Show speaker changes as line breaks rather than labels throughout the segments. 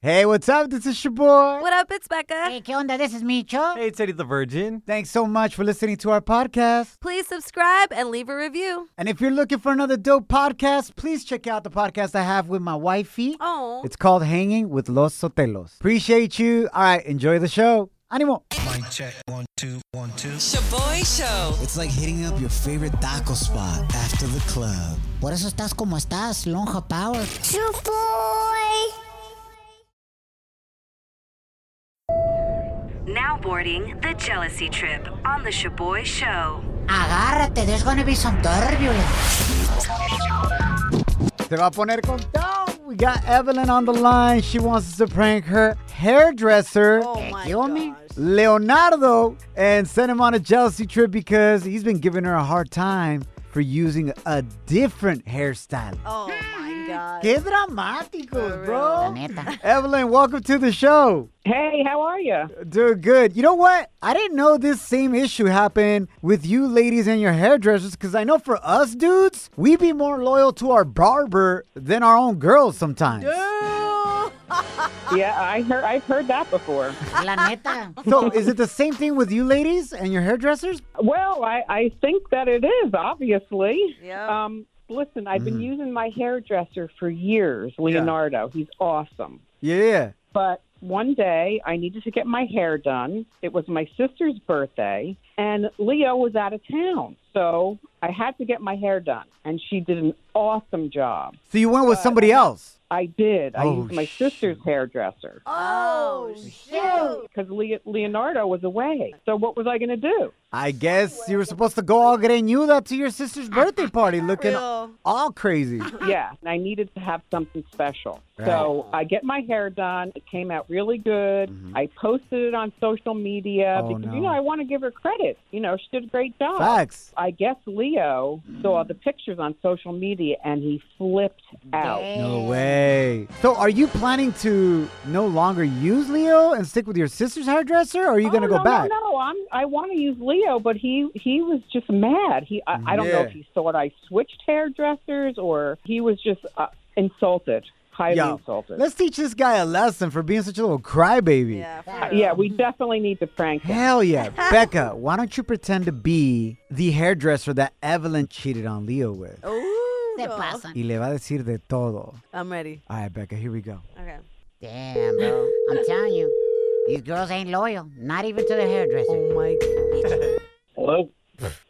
Hey, what's up? This is your boy.
What up? It's Becca.
Hey, ¿qué onda? This is Micho.
Hey, it's Eddie the Virgin.
Thanks so much for listening to our podcast.
Please subscribe and leave a review.
And if you're looking for another dope podcast, please check out the podcast I have with my wifey.
Oh.
It's called Hanging with Los Sotelos. Appreciate you. All right, enjoy the show. Animo.
Mic check. One, two, one, two.
Shaboy Show.
It's like hitting up your favorite taco spot after the club.
Por eso estás como estás, lonja power.
Now boarding the jealousy trip on the Shaboy Show.
Agárrate, there's gonna be some turbulence.
Se va a poner con todo. We got Evelyn on the line. She wants us to prank her hairdresser.
Oh my
You me?
Leonardo and sent him on a jealousy trip because he's been giving her a hard time for using a different hairstyle.
Oh my god.
Qué dramáticos,
La
bro.
neta.
Evelyn, welcome to the show.
Hey, how are you?
Doing good. You know what? I didn't know this same issue happened with you ladies and your hairdressers because I know for us dudes, we be more loyal to our barber than our own girls sometimes.
Yeah, I heard I've heard that before.
La neta.
So is it the same thing with you ladies and your hairdressers?
Well, I, I think that it is obviously.
Yeah.
Um, listen, I've been using my hairdresser for years, Leonardo. He's awesome.
Yeah.
But one day I needed to get my hair done. It was my sister's birthday, and Leo was out of town, so I had to get my hair done. And she did an awesome job.
So you went
Uh,
with somebody else.
I did. I
Oh,
used my
shoot.
sister's hairdresser
Oh, shoot.
because Le- Leonardo was away. So what was I going to do?
I guess you were supposed to go all greñuda to your sister's birthday party looking
Real.
all crazy.
yeah, and I needed to have something special. So I get my hair done. It came out really good. I posted it on social media
Mm-hmm. Oh,
because,
no.
you know, I want to give her credit. You know, she did a great job.
Facts.
I guess Leo saw
Mm-hmm.
the pictures on social media and he flipped out.
No way. So are you planning to no longer use Leo and stick with your sister's hairdresser or are you going to go
Oh, no,
back?
No, no, I'm, I want to use Leo, but he he was just mad. He I, I don't know
Yeah.
if he thought I switched hairdressers or he was just uh, insulted, highly
Yo,
insulted.
Let's teach this guy a lesson for being such a little crybaby.
Yeah. for
Uh,
real.
yeah, we definitely need to prank him.
Hell yeah. Becca, why don't you pretend to be the hairdresser that Evelyn cheated on Leo with?
Ooh.
Te pasan.
Y le va a decir de todo.
I'm ready.
All right, Becca, here we go.
Okay.
Damn, bro. I'm telling you, these girls ain't loyal. Not even to the hairdresser.
Oh my.
Hello?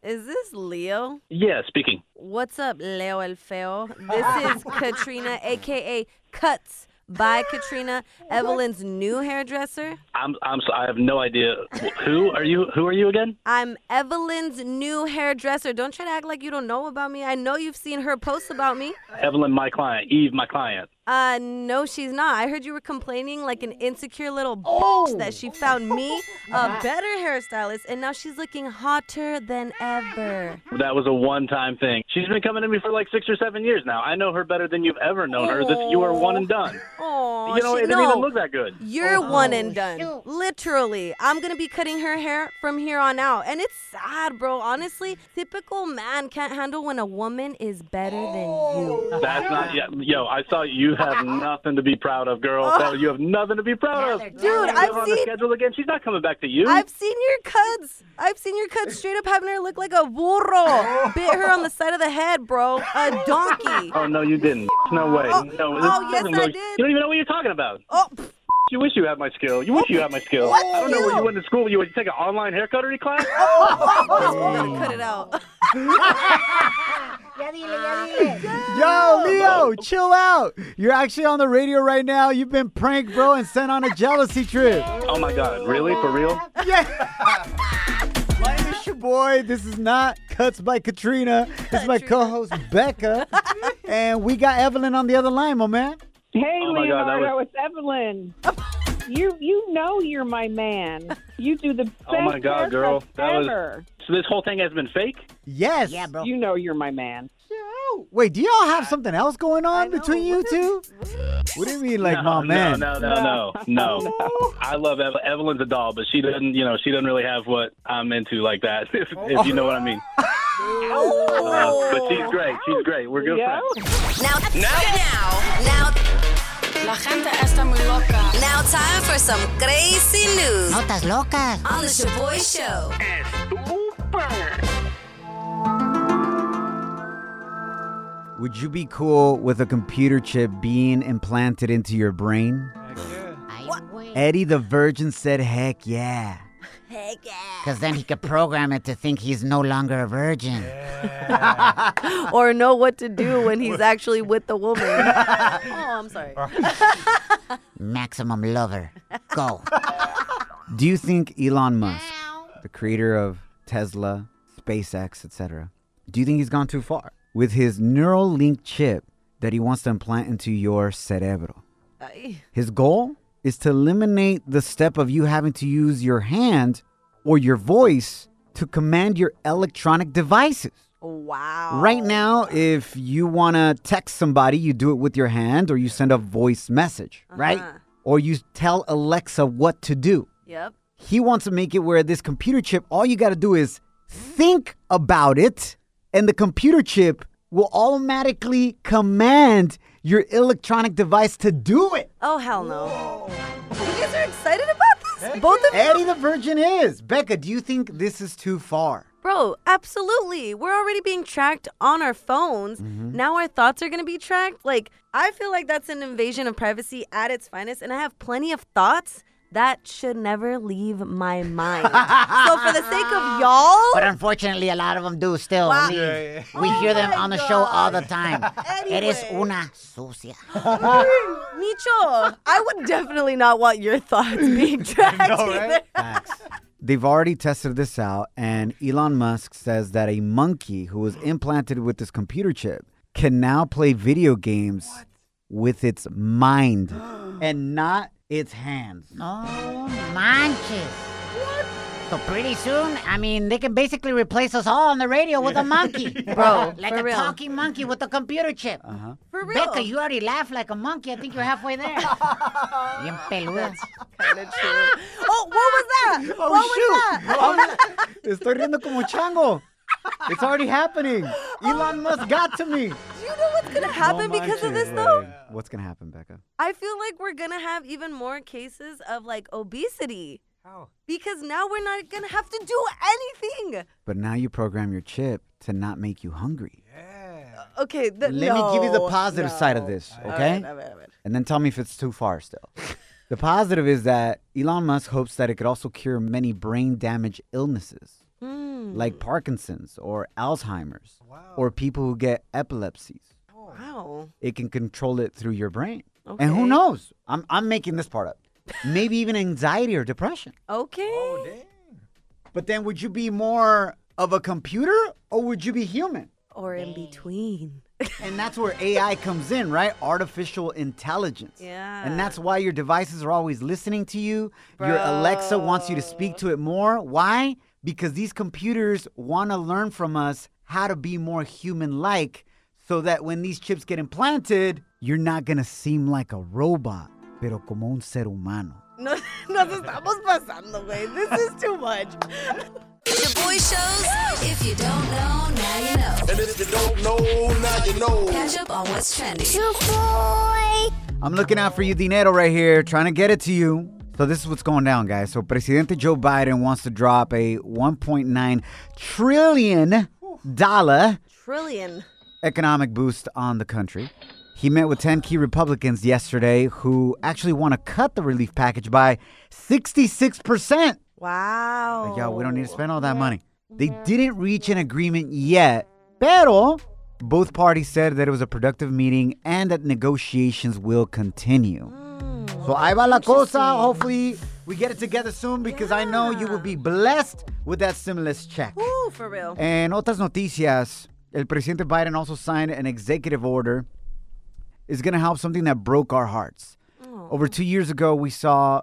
Is this Leo?
Yeah, speaking.
What's up, Leo El Feo? This is Katrina, aka Cuts by Katrina, Evelyn's new hairdresser.
I'm I'm so- I have no idea Wh- who are you who are you again?
I'm Evelyn's new hairdresser. Don't try to act like you don't know about me. I know you've seen her posts about me.
Evelyn my client, Eve my client.
Uh, no, she's not. I heard you were complaining like an insecure little b- that she found me a better hairstylist, and now she's looking hotter than ever.
That was a one-time thing. She's been coming to me for like 6 or 7 years now. I know her better than you've ever known her. This you are one and done.
Oh,
you know,
she,
it didn't
no,
even look that good.
You're one and done.
shoot.
Literally, I'm gonna be cutting her hair from here on out, and it's sad, bro. Honestly, typical man can't handle when a woman is better than you.
That's not yeah, yo, I saw you have nothing to be proud of, girl. That- You have nothing to be proud of.
Dude,
You have
Oh. I've
her on the
seen-
schedule again. She's not coming back to you.
I've seen your cuts. I've seen your cuts straight up having her look like a burro. Bit her on the side of the head, bro. A donkey.
Oh no, you didn't. No way.
Oh,
no, this
oh, yes,
doesn't
I
look-
did.
You don't even know what you're talking about.
Oh, pff,
You wish you had my skill. You wish you had my skill.
What? Oh.
I don't know where you went to school. You went to take an online haircuttery class.
you better cut it out.
Ya dile,
Ah.
ya dile.
Yo, Leo, chill out. You're actually on the radio right now. You've been pranked, bro, and sent on a jealousy trip.
Oh my god, really? For real?
Yeah. My name is your boy. This is not Cuts by Katrina. This is my co-host Becca, and we got Evelyn on the other line, my man.
Hey,
Oh my God, that
Leonardo, it's Evelyn. you you know you're my man. You do the best
Oh my God, girl,
haircuts
that was-
ever.
So this whole thing has been fake?
Yes.
Yeah, bro.
You know you're my man.
Wait, do y'all have something else going on
know.
between you
What
two? What do you mean, like
no,
my man?
No, no, no, no, no. I love Eve- Evelyn's a doll, but she doesn't. You know, she doesn't really have what I'm into like that. If, if you know what I mean. Uh, but she's great. She's great. We're good
Yeah.
friends.
Now, now, now. La gente está muy loca.
for some crazy news
Notas locas.
Ah,
on the Shaboy Show.
Would you be cool with a computer chip being implanted into your brain?
Ay, güey.
Eddie the Virgin said, heck yeah.
Because then he could program it to think he's no longer a virgin.
or know what to do when he's actually with the woman. oh, I'm sorry.
Maximum lover. Go.
Do you think Elon Musk, the creator of Tesla, SpaceX, etc., do you think he's gone too far with his Neuralink chip that he wants to implant into your cerebro?
Ay.
His goal is to eliminate the step of you having to use your hand or your voice to command your electronic devices.
Wow.
Right now, if you want to text somebody, you do it with your hand or you send a voice message, right?
Uh-huh.
Or you tell Alexa what to do.
Yep.
He wants to make it where this computer chip, all you got to do is think about it, and the computer chip will automatically command your electronic device to do it.
Oh hell no. You guys are excited about this? Both of you?
Eddie the Virgin is. Becca, do you think this is too far?
Bro, absolutely. We're already being tracked on our phones.
Mm-hmm.
Now our thoughts are going to be tracked. Like, I feel like that's an invasion of privacy at its finest, and I have plenty of thoughts that should never leave my mind. so, for the sake of
But
y'all,
unfortunately, a lot of them do still.
Wow. Oh
leave. We hear them on the show all the time. Eres
Anyway.
una ah, sucia.
Micho, I would definitely not want your thoughts being tracked. either.
They've already tested this out, and Elon Musk says that a monkey who was implanted with this computer chip can now play video games with its mind and not its hands.
No manches. So pretty soon, I mean, they can basically replace us all on the radio with a monkey, bro, like
for
a
real.
talking monkey with a computer chip. Uh-huh.
For real.
Becca, you already laugh like a monkey. I think you're halfway there. Bien peluda.
Oh, what was that?
Oh,
what was
shoot!
that?
I'm- Estoy riendo como chango. It's already happening. Elon Musk got to me.
Do you know what's going
Oh
to happen because of this, though?
What's going to happen, Becca?
I feel like we're gonna have even more cases of like obesity. How? Because now we're not gonna have to do anything.
But now you program your chip to not make you hungry.
Okay,
Let
th-
me give you the
no,
positive
no.
side of this,
All
okay?
right, all right, all right.
And then tell me if it's too far still. the positive is that Elon Musk hopes that it could also cure many brain damage illnesses like Parkinson's or Alzheimer's or people who get epilepsies.
Wow.
It can control it through your brain. And who
Okay.
knows? I'm, I'm making this part up. Maybe even anxiety or depression.
Okay.
But then would you be more of a computer or would you be human?
or in between.
And that's where AI comes in, right? Artificial intelligence.
Yeah.
And that's why your devices are always listening to you. Your Alexa wants you to speak to it more. Why? Because these computers want to learn from us how to be more human like so that when these chips get implanted, you're not going to seem like a robot, pero como un ser humano.
No, nos estamos pasando, güey. This is too much.
Shaboy shows. If you don't know, now you know. And if you don't know, now you know. Catch up on what's trending.
I'm looking out for you, Dinero, right here, trying to get it to you. So, this is what's going down, guys. So, Presidente Joe Biden wants to drop a $1.9 trillion dollar
Trillion.
economic boost on the country. He met with 10 key Republicans yesterday who actually want to cut the relief package by 66%.
Wow.
Like, y'all, we don't need to spend all that money. They didn't reach an agreement yet, pero both parties said that it was a productive meeting and that negotiations will continue. So, ahí va la cosa. Hopefully, we get it together soon because I know you will be blessed with that stimulus check.
Ooh, for real.
En otras noticias, el presidente Biden also signed an executive order. It's going to help something that broke our hearts. Over two years ago, we saw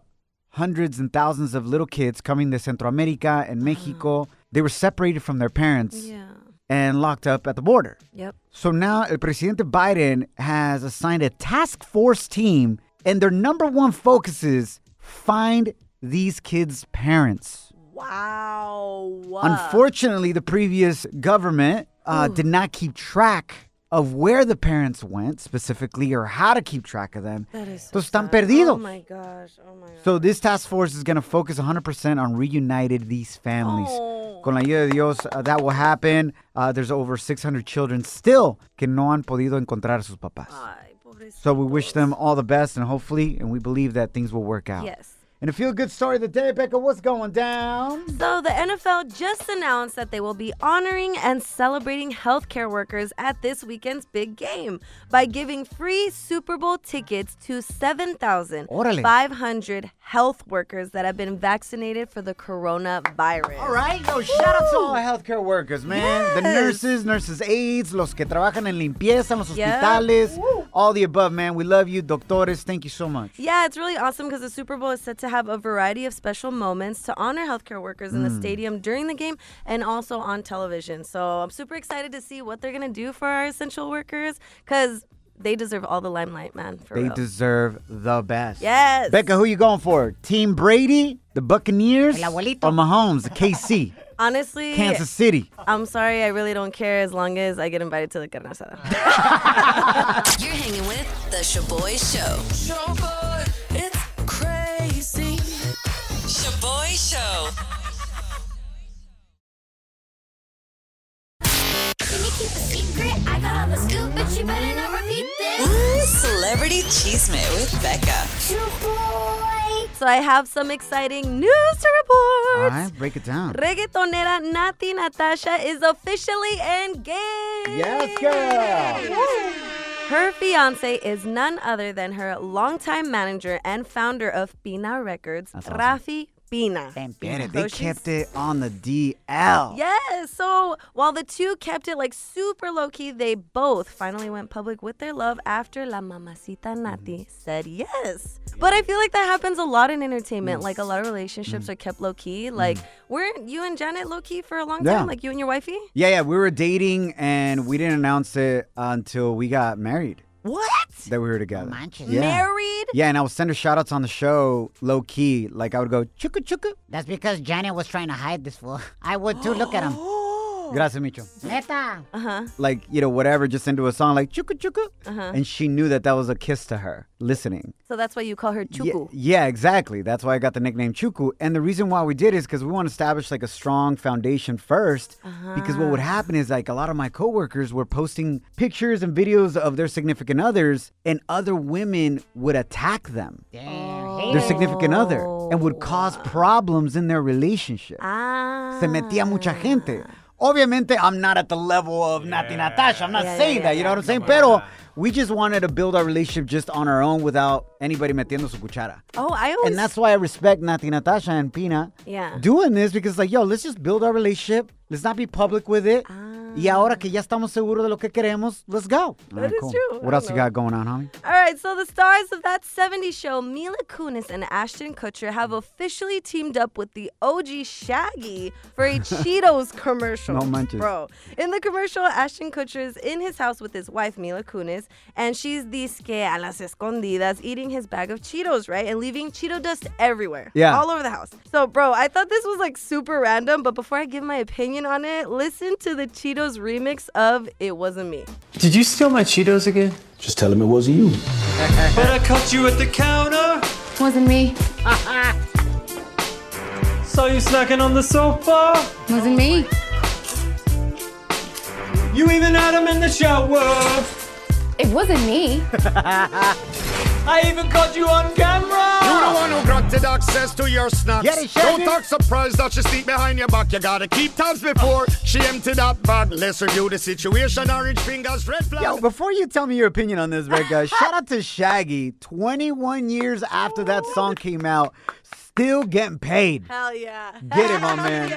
hundreds and thousands of little kids coming to Centro America and Mexico. They were separated from their parents
Yeah.
and locked up at the border.
Yep.
So now, el presidente Biden has assigned a task force team, and their number one focus is find these kids' parents.
Wow.
Unfortunately, the previous government uh, did not keep track of where the parents went specifically or how to keep track of them.
That is so
Entonces están
sad. Oh
perdidos.
my gosh. Oh my gosh.
So this task force is going to focus 100% on reunited these families.
Oh.
Con la ayuda de Dios, uh, that will happen. Uh, there's over 600 children still que no han podido encontrar a sus papás.
Ay, pobrecito.
So we wish them all the best and hopefully, and we believe that things will work out.
Yes.
And a feel good story of the day, Becca, what's going down?
So, the NFL just announced that they will be honoring and celebrating healthcare workers at this weekend's big game by giving free Super Bowl tickets to
Órale.
7,500 health workers that have been vaccinated for the coronavirus.
All right, yo, shout out to all the healthcare workers, man. The
Yes.
nurses, nurses aides, los que trabajan en limpieza, en los
Yeah.
hospitales, all the above, man. We love you, doctores. Thank you so much.
Yeah, it's really awesome because the Super Bowl is set to have a variety of special moments to honor healthcare workers in the
Mm.
stadium during the game and also on television. So I'm super excited to see what they're going to do for our essential workers because they deserve all the limelight, man. For
They
real.
deserve the best.
Yes.
Becca, who you going for? Team Brady, the Buccaneers,
El abuelito.
or Mahomes, the KC,
Honestly,
Kansas City?
I'm sorry. I really don't care as long as I get invited to the carne asada.
You're hanging with The Shaboy Show. Shaboy, it's crazy. Shaboy Show. Ooh, Celebrity Cheesemate with Becca.
so I have some exciting news to
All
report.
right, break it down.
Reggaetonera Nati Natasha is officially engaged.
Yes, girl.
Her fiance is none other than her longtime manager and founder of Pina Records, Rafi Pina.
Get it.
So
They
she's-
kept it on the DL.
Yes. So while the two kept it like super low key, they both finally went public with their love after La Mamacita
Mm.
Nati said yes. But I feel like that happens a lot in entertainment.
Mm.
Like a lot of relationships are kept low key. Like weren't you and Janet low key for a long time?
Yeah.
Like you and your wifey?
Yeah, yeah, we were dating and we didn't announce it until we got married
What?
that we were together.
manches.
yeah.
Married?
Yeah, and I would send her shout outs on the show low key. Like I would go, chuka chuka.
That's because Janet was trying to hide this fool. I would too. Look at him.
Gracias, Micho.
Oh. Neta.
Like, you know, whatever, just into a song like chuka chuka. And she knew that that was a kiss to her listening.
So that's why you call her
Ye-
Chuku.
Yeah, exactly. That's why I got the nickname Chuku. And the reason why we did is because we want to establish like a strong foundation 1st Because what would happen is like a lot of my coworkers were posting pictures and videos of their significant others, and other women would attack them,
Damn.
their
Hater.
significant other, and would cause problems in their relationship.
Ah.
Se metía mucha gente. Obviamente, I'm not at the level of Nati Natasha. I'm not
Yeah,
saying
yeah,
that.
yeah,
you know what I'm saying? Pero we just wanted to build our relationship just on our own without anybody metiendo su cuchara.
Oh, I always.
And that's why I respect Nati Natasha and Pina
Yeah.
doing this because, like, yo, let's just build our relationship. Let's not be public with it.
Ah.
Y ahora que ya estamos seguros de lo que queremos, let's go. That
is true.
What
I
else you got
love-
going on, homie?
All right, so the stars of that 70s show, Mila Kunis and Ashton Kutcher, have officially teamed up with the OG Shaggy for a Cheetos commercial.
No manches.
Bro. In the commercial, Ashton Kutcher is in his house with his wife, Mila Kunis, and she's disque a las escondidas eating his bag of Cheetos, right? And leaving Cheeto dust everywhere.
Yeah.
All over the house. So, bro, I thought this was like super random, but before I give my opinion on it, listen to the Cheetos remix of It Wasn't Me.
Did you steal my Cheetos again?
Just tell him it wasn't you.
But I caught you at the counter.
Wasn't me.
Saw you snacking on the sofa.
Wasn't me.
You even had him in the shower.
It wasn't me.
I even caught you on camera.
The one who granted access to your snacks.
Get it, Shaggy.
Don't talk surprised that she sneak behind your back. You gotta keep tabs before she empty that bag. Let's review the situation. Orange fingers, red flag.
Yo, before you tell me your opinion on this, Becca, shout out to Shaggy. 21 years after that song came out, still getting paid.
Hell yeah.
Get it, my man.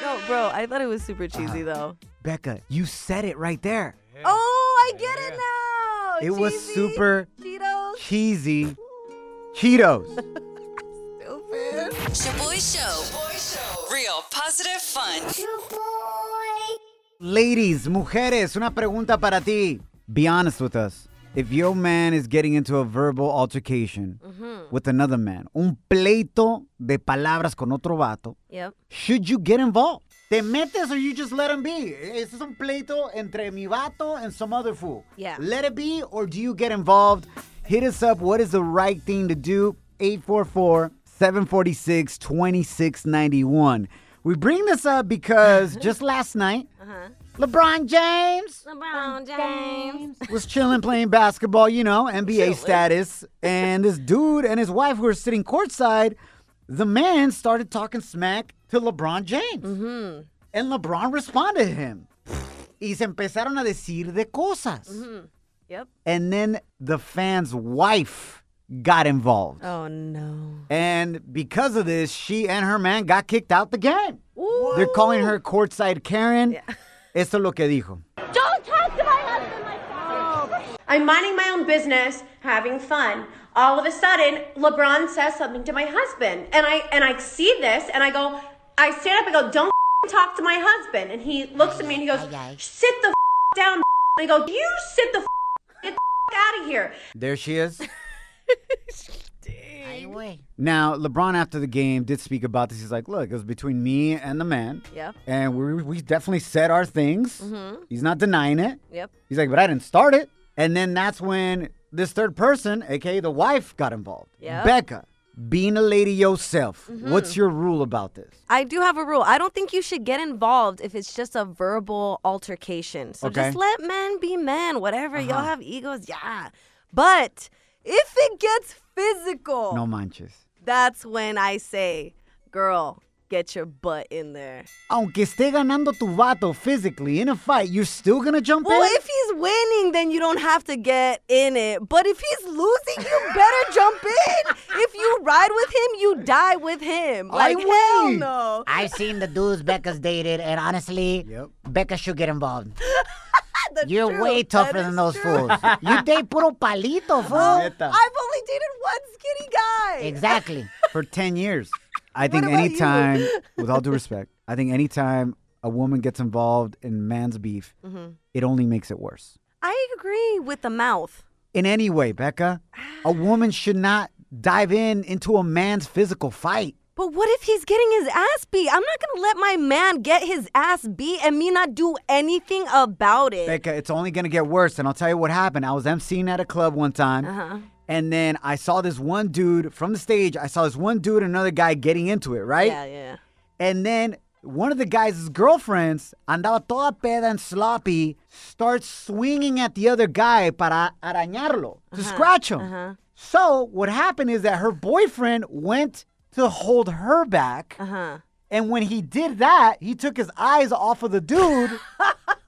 No, bro, I thought it was super cheesy though.
Becca, you said it right there.
Oh, I get it now.
It was
Cheesy
super
Cheetos.
cheesy Cheetos.
Shaboy Show. Real positive fun.
Ladies, mujeres, una pregunta para ti. Be honest with us. If your man is getting into a verbal altercation with another man, un pleito de palabras con otro vato,
Yep.
should you get involved? Te metes or you just let them be. This is un pleito entre mi vato and some other fool.
Yeah.
Let it be or do you get involved? Hit us up. What is the right thing to do? 844 746 2691. We bring this up because just last night, LeBron James
LeBron James.
was chilling playing basketball, you know, NBA
Chilling.
status. And this dude and his wife who were sitting courtside, the man started talking smack to LeBron James.
Mm-hmm.
And LeBron responded to him. Y se empezaron a decir de cosas.
Mm-hmm. Yep.
And then the fan's wife got involved.
Oh no.
And because of this, she and her man got kicked out the game. They're calling her courtside Karen. Esto es lo que dijo.
Don't talk to my husband like that. I'm minding my own business, having fun. All of a sudden, LeBron says something to my husband, and I and I see this, and I go, I stand up and go, don't talk to my husband, and he looks at me and he goes, sit the down. And I go, you sit the get the out of here.
There she is. Now, LeBron after the game did speak about this. He's like, look, it was between me and the man.
Yep.
And we, we definitely said our things.
Mhm.
He's not denying it.
Yep.
He's like, but I didn't start it. And then that's when this third person, aka the wife, got involved.
Yep.
Becca, being a lady yourself,
Mm-hmm.
what's your rule about this?
I do have a rule. I don't think you should get involved if it's just a verbal altercation. So
Okay. Uh-huh.
just let men be men, whatever. Y'all have egos, yeah. But if it gets physical,
No manches.
that's when I say, girl, get your butt in there.
Aunque esté ganando tu vato physically in a fight, you're still gonna jump
Well,
in?
if he's winning, then you don't have to get in it. But if he's losing, you better jump in. If you ride with him, you die with him. Like, hell no.
I've seen the dudes Becca's dated, and honestly, Becca should get involved. You're way tougher than those fools.
Ah.
you date puro palito, fool.
Neta.
Oh, I've only dated one skinny guy.
Exactly.
for 10 years. I think
about
anytime,
you?
with all due respect, I think anytime a woman gets involved in man's beef,
Mhm.
it only makes it worse.
I agree with the mouth.
In any way, Becca, a woman should not dive in into a man's physical fight.
But what if he's getting his ass beat? I'm not gonna let my man get his ass beat and me not do anything about it.
Becca, it's only going to get worse. And I'll tell you what happened. I was emceeing at a club one time.
Uh-huh.
And then I saw this one dude from the stage. I saw this one dude and another guy getting into it, right?
Yeah, yeah.
And then one of the guys' girlfriends, andaba toda peda and sloppy, starts swinging at the other guy para arañarlo, to scratch him.
Uh-huh.
So what happened is that her boyfriend went to hold her back.
Uh-huh.
And when he did that, he took his eyes off of the dude,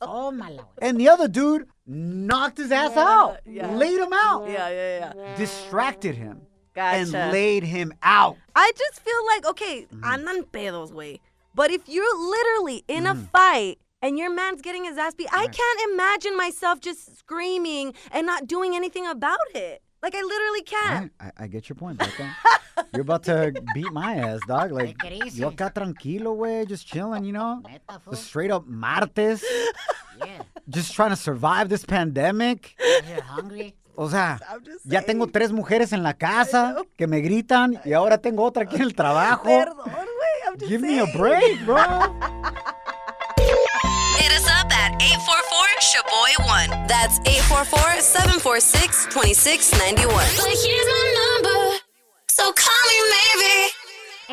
Oh my lord.
and the other dude knocked his ass out, laid him out,
Yeah, yeah, yeah.
distracted him,
Gotcha.
and laid him out.
I just feel like, okay, I'm
Mm.
not in pedos way. But if you're literally in
Mm.
a fight and your man's getting his ass beat, I can't imagine myself just screaming and not doing anything about it. Like I literally can't.
I, I get your point, Becca. You're about to beat my ass, dog. Like,
Take it easy.
yo acá tranquilo, way, just chilling, you know? The straight up martes. Just trying to survive this pandemic.
You're hungry?
O sea, ya tengo tres mujeres en la casa que me gritan y ahora tengo otra aquí en el trabajo. Give me a break, bro.
Hit us up at 844-SHABOY1. That's 844-746-2691. Like, here's my number, so call me maybe.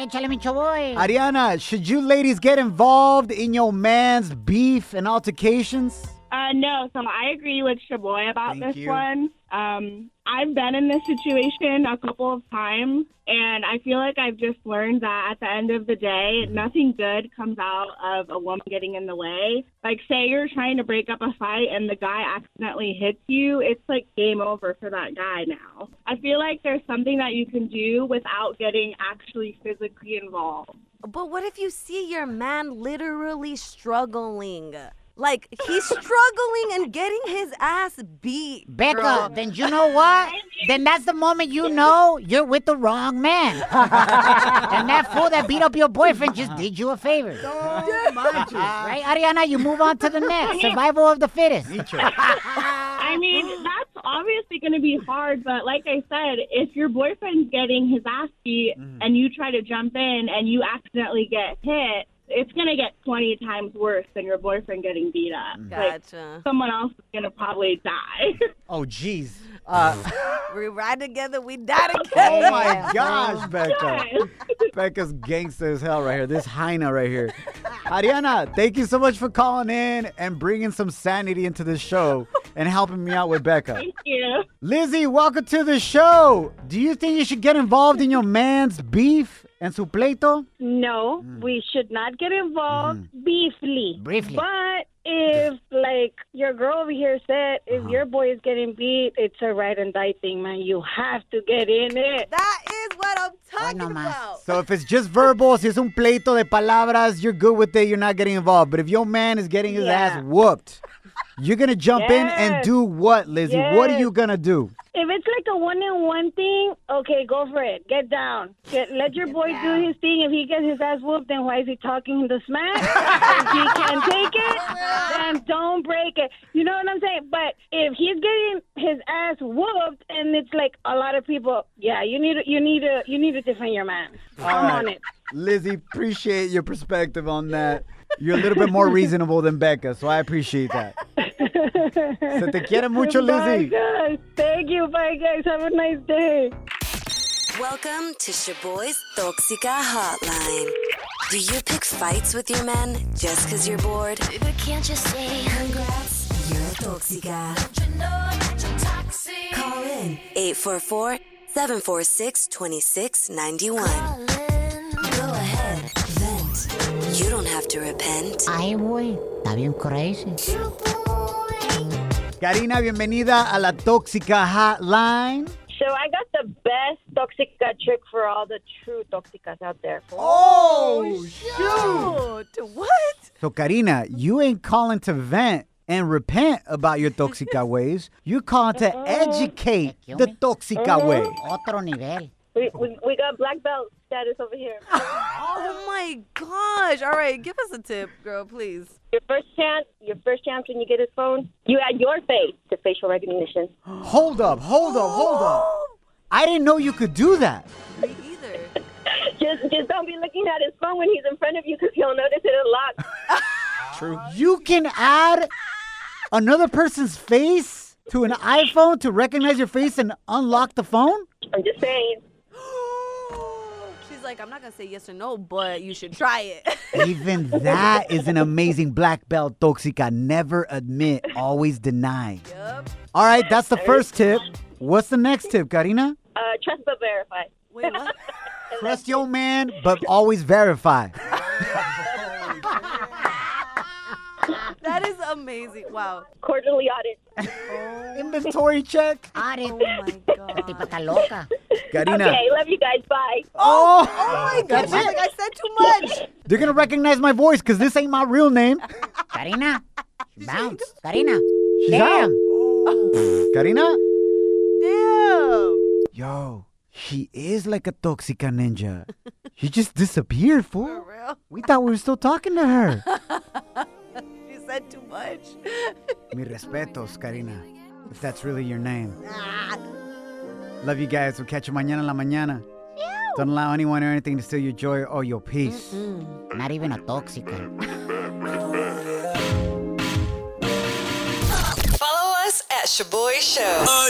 Échale, mi chavoy.
Ariana, should you ladies get involved in your man's beef and altercations?
Uh, no, so I agree with Shaboy about
Thank
this
you.
one. Um, I've been in this situation a couple of times, and I feel like I've just learned that at the end of the day,
Mm-hmm.
nothing good comes out of a woman getting in the way. Like, say you're trying to break up a fight and the guy accidentally hits you, it's like game over for that guy now. I feel like there's something that you can do without getting actually physically involved.
But what if you see your man literally struggling? Like he's struggling and getting his ass beat.
Becca,
girl.
then you know what? then that's the moment you know you're with the wrong man. and that fool that beat up your boyfriend just did you a favor. right, Ariana? You move on to the next. Survival of the fittest.
I mean, that's obviously going to be hard, but like I said, if your boyfriend's getting his ass beat and you try to jump in and you accidentally get hit,
it's gonna get twenty times worse than your boyfriend getting beat up.
Mm.
Gotcha.
Like, someone else is gonna probably die.
Oh, jeez.
Uh, we ride together, we die together.
Oh my gosh, Becca. Becca's gangster as hell right here. This hyena right here. Ariana, thank you so much for calling in and bringing some sanity into this show and helping me out with Becca.
Thank you.
Lizzie, welcome to the show. Do you think you should get involved in your man's beef and su pleito?
No, we should not get involved briefly. Briefly. But if, like, your girl over here said, if your boy is getting beat, it's a ride and die thing, man. You have to get in it.
That is what I'm talking
Oh.
about.
So if it's just verbal, si es un pleito de palabras, you're good with it, you're not getting involved. But if your man is getting his
Yeah.
ass whooped, you're going to jump in and
Yes.
do what, Lizzie? What are
Yes.
you going to do?
If it's like a one in one thing, okay, go for it. Get down. Get, let your boy do his thing. If he gets his ass whooped, then why is he talking the smack? if he can't take it,
Oh,
then don't break it. You know what I'm saying? But if he's getting his ass whooped, and it's like a lot of people, yeah, you need to- you need to you need to defend your man. I'm
All
on
right.
it.
Lizzie, appreciate your perspective on that. You're a little bit more reasonable than Becca, so I appreciate that. Se te quiere mucho,
Bye,
Lizzie.
guys. Thank you. Bye, guys. Have a nice day.
Welcome to Shaboy's Toxica Hotline. Do you pick fights with your men just because you're bored? But can't you say, congrats, you're a Toxica? Call in 844 746 2691. Go ahead, vent. You don't have to repent.
Ay, güey. Está bien crazy.
Karina, bienvenida a la Tóxica Hotline.
So I got the best toxica trick for all the true toxicas out there.
Oh,
shoot! What?
So, Karina, you ain't calling to vent and repent about your Tóxica ways. You're calling to
Uh-huh.
educate the Tóxica way.
Otro nivel.
We, we, we got black belt status over here.
Oh my gosh. All right, give us a tip, girl, please.
Your first chance, your first chance when you get his phone, you add your face to facial recognition.
Hold up, hold up, hold up.
Oh.
I didn't know you could do that.
Just just don't be looking at his phone when he's in front of you because he'll notice it a lot.
True. You can add another person's face to an iPhone to recognize your face and unlock the phone?
I'm just saying.
She's like, I'm not going to say yes or no, but you should try it.
Even that is an amazing black belt toxica. Never admit, always deny. All right, that's the first tip. What's the next tip, Karina?
Uh, trust but verify.
Wait, what?
Trust your man, but always verify.
that is amazing. Wow.
Quarterly audit.
Inventory check.
Audit.
Oh my God.
Tipo está loca.
Karina.
Okay, love you guys. Bye.
Oh,
my
That's
gosh,
it.
I said too much.
They're going to recognize my voice because this ain't my real name.
Karina. Bounce. Karina.
She's out.
Damn.
Karina?
Oh. Damn.
Yo, she is like a toxica ninja. she just disappeared, fool. We thought we were still talking to her.
She said too much.
Mi respetos, Karina. If that's really your name.
Ah.
Love you guys. We'll catch you mañana en la mañana. Don't allow anyone or anything to steal your joy or your peace.
Not even a toxica.
Follow us at Shaboy Show.